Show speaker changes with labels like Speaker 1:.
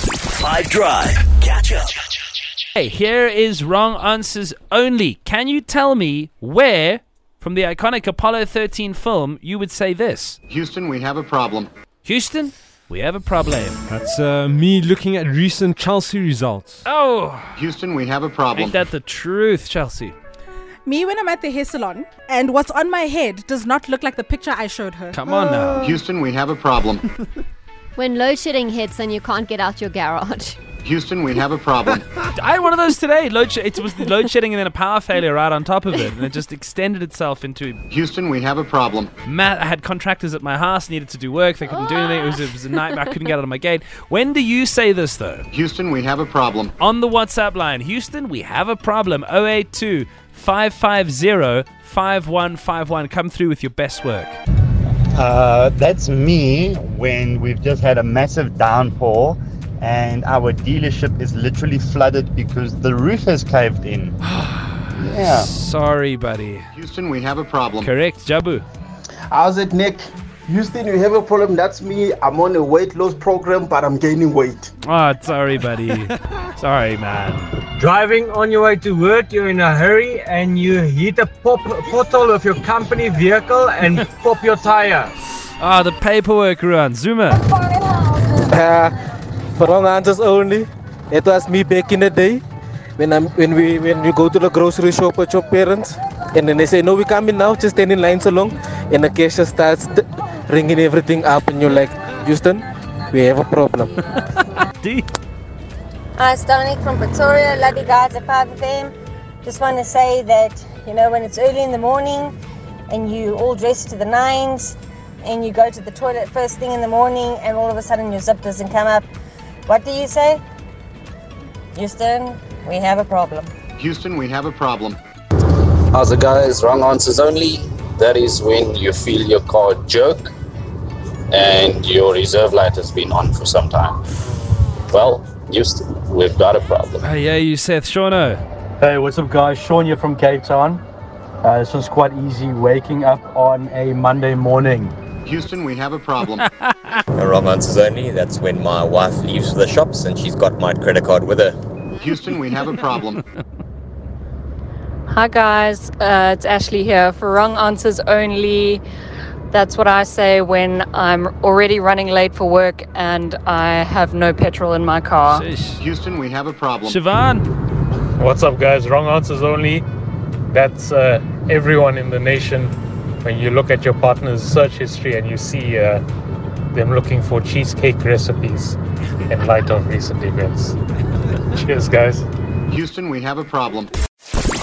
Speaker 1: Five Drive. Catch up.
Speaker 2: Hey, here is wrong answers only. Can you tell me where from the iconic Apollo 13 film you would say this?
Speaker 3: Houston, we have a problem.
Speaker 2: Houston, we have a problem.
Speaker 4: That's uh, me looking at recent Chelsea results.
Speaker 2: Oh,
Speaker 3: Houston, we have a
Speaker 2: ain't
Speaker 3: problem.
Speaker 2: that the truth, Chelsea?
Speaker 5: Me when I'm at the hair salon and what's on my head does not look like the picture I showed her.
Speaker 2: Come on now.
Speaker 3: Houston, we have a problem.
Speaker 6: When load shedding hits and you can't get out your garage.
Speaker 3: Houston, we have a problem.
Speaker 2: I had one of those today. Load sh- it was the load shedding and then a power failure right on top of it, and it just extended itself into.
Speaker 3: Houston, we have a problem.
Speaker 2: Matt, I had contractors at my house, needed to do work, they couldn't do anything. It was, it was a nightmare. I couldn't get out of my gate. When do you say this though?
Speaker 3: Houston, we have a problem.
Speaker 2: on the WhatsApp line. Houston, we have a problem. 082 550 5151. Come through with your best work.
Speaker 7: Uh, that's me when we've just had a massive downpour and our dealership is literally flooded because the roof has caved in. yeah.
Speaker 2: Sorry, buddy.
Speaker 3: Houston, we have a problem.
Speaker 2: Correct, Jabu.
Speaker 8: How's it, Nick? Houston, you have a problem. That's me. I'm on a weight loss program, but I'm gaining weight.
Speaker 2: Oh, sorry, buddy. sorry, man.
Speaker 9: Driving on your way to work, you're in a hurry and you hit a pop pothole of your company vehicle and pop your tire.
Speaker 2: Ah, the paperwork, Ruan. Zuma.
Speaker 10: Wrong answers only. It was me back in the day when I'm when we when you go to the grocery shop with your parents and then they say no we come in now just stand in line so long and the cashier starts t- ringing everything up and you're like Houston we have a problem.
Speaker 2: D.
Speaker 11: Hi, it's Dominic from Pretoria. Love you guys at 5 p.m. Just want to say that, you know, when it's early in the morning and you all dress to the nines and you go to the toilet first thing in the morning and all of a sudden your zip doesn't come up, what do you say? Houston, we have a problem.
Speaker 3: Houston, we have a problem.
Speaker 8: How's it, guys? Wrong answers only. That is when you feel your car jerk and your reserve light has been on for some time. Well, Houston, we've got a problem.
Speaker 2: Oh, yeah, you, Seth. Shauno.
Speaker 9: Hey, what's up, guys? Sean here from Cape Town. Uh, this one's quite easy waking up on a Monday morning.
Speaker 3: Houston, we have a problem.
Speaker 7: Wrong answers only. That's when my wife leaves the shops and she's got my credit card with her.
Speaker 3: Houston, we have a problem.
Speaker 11: Hi, guys. Uh, it's Ashley here. For wrong answers only, that's what I say when I'm already running late for work and I have no petrol in my car.
Speaker 2: Sheesh.
Speaker 3: Houston, we have a problem.
Speaker 2: Siobhan.
Speaker 9: What's up, guys? Wrong answers only. That's uh, everyone in the nation. When you look at your partner's search history and you see uh, them looking for cheesecake recipes in light of recent events. Cheers, guys.
Speaker 3: Houston, we have a problem.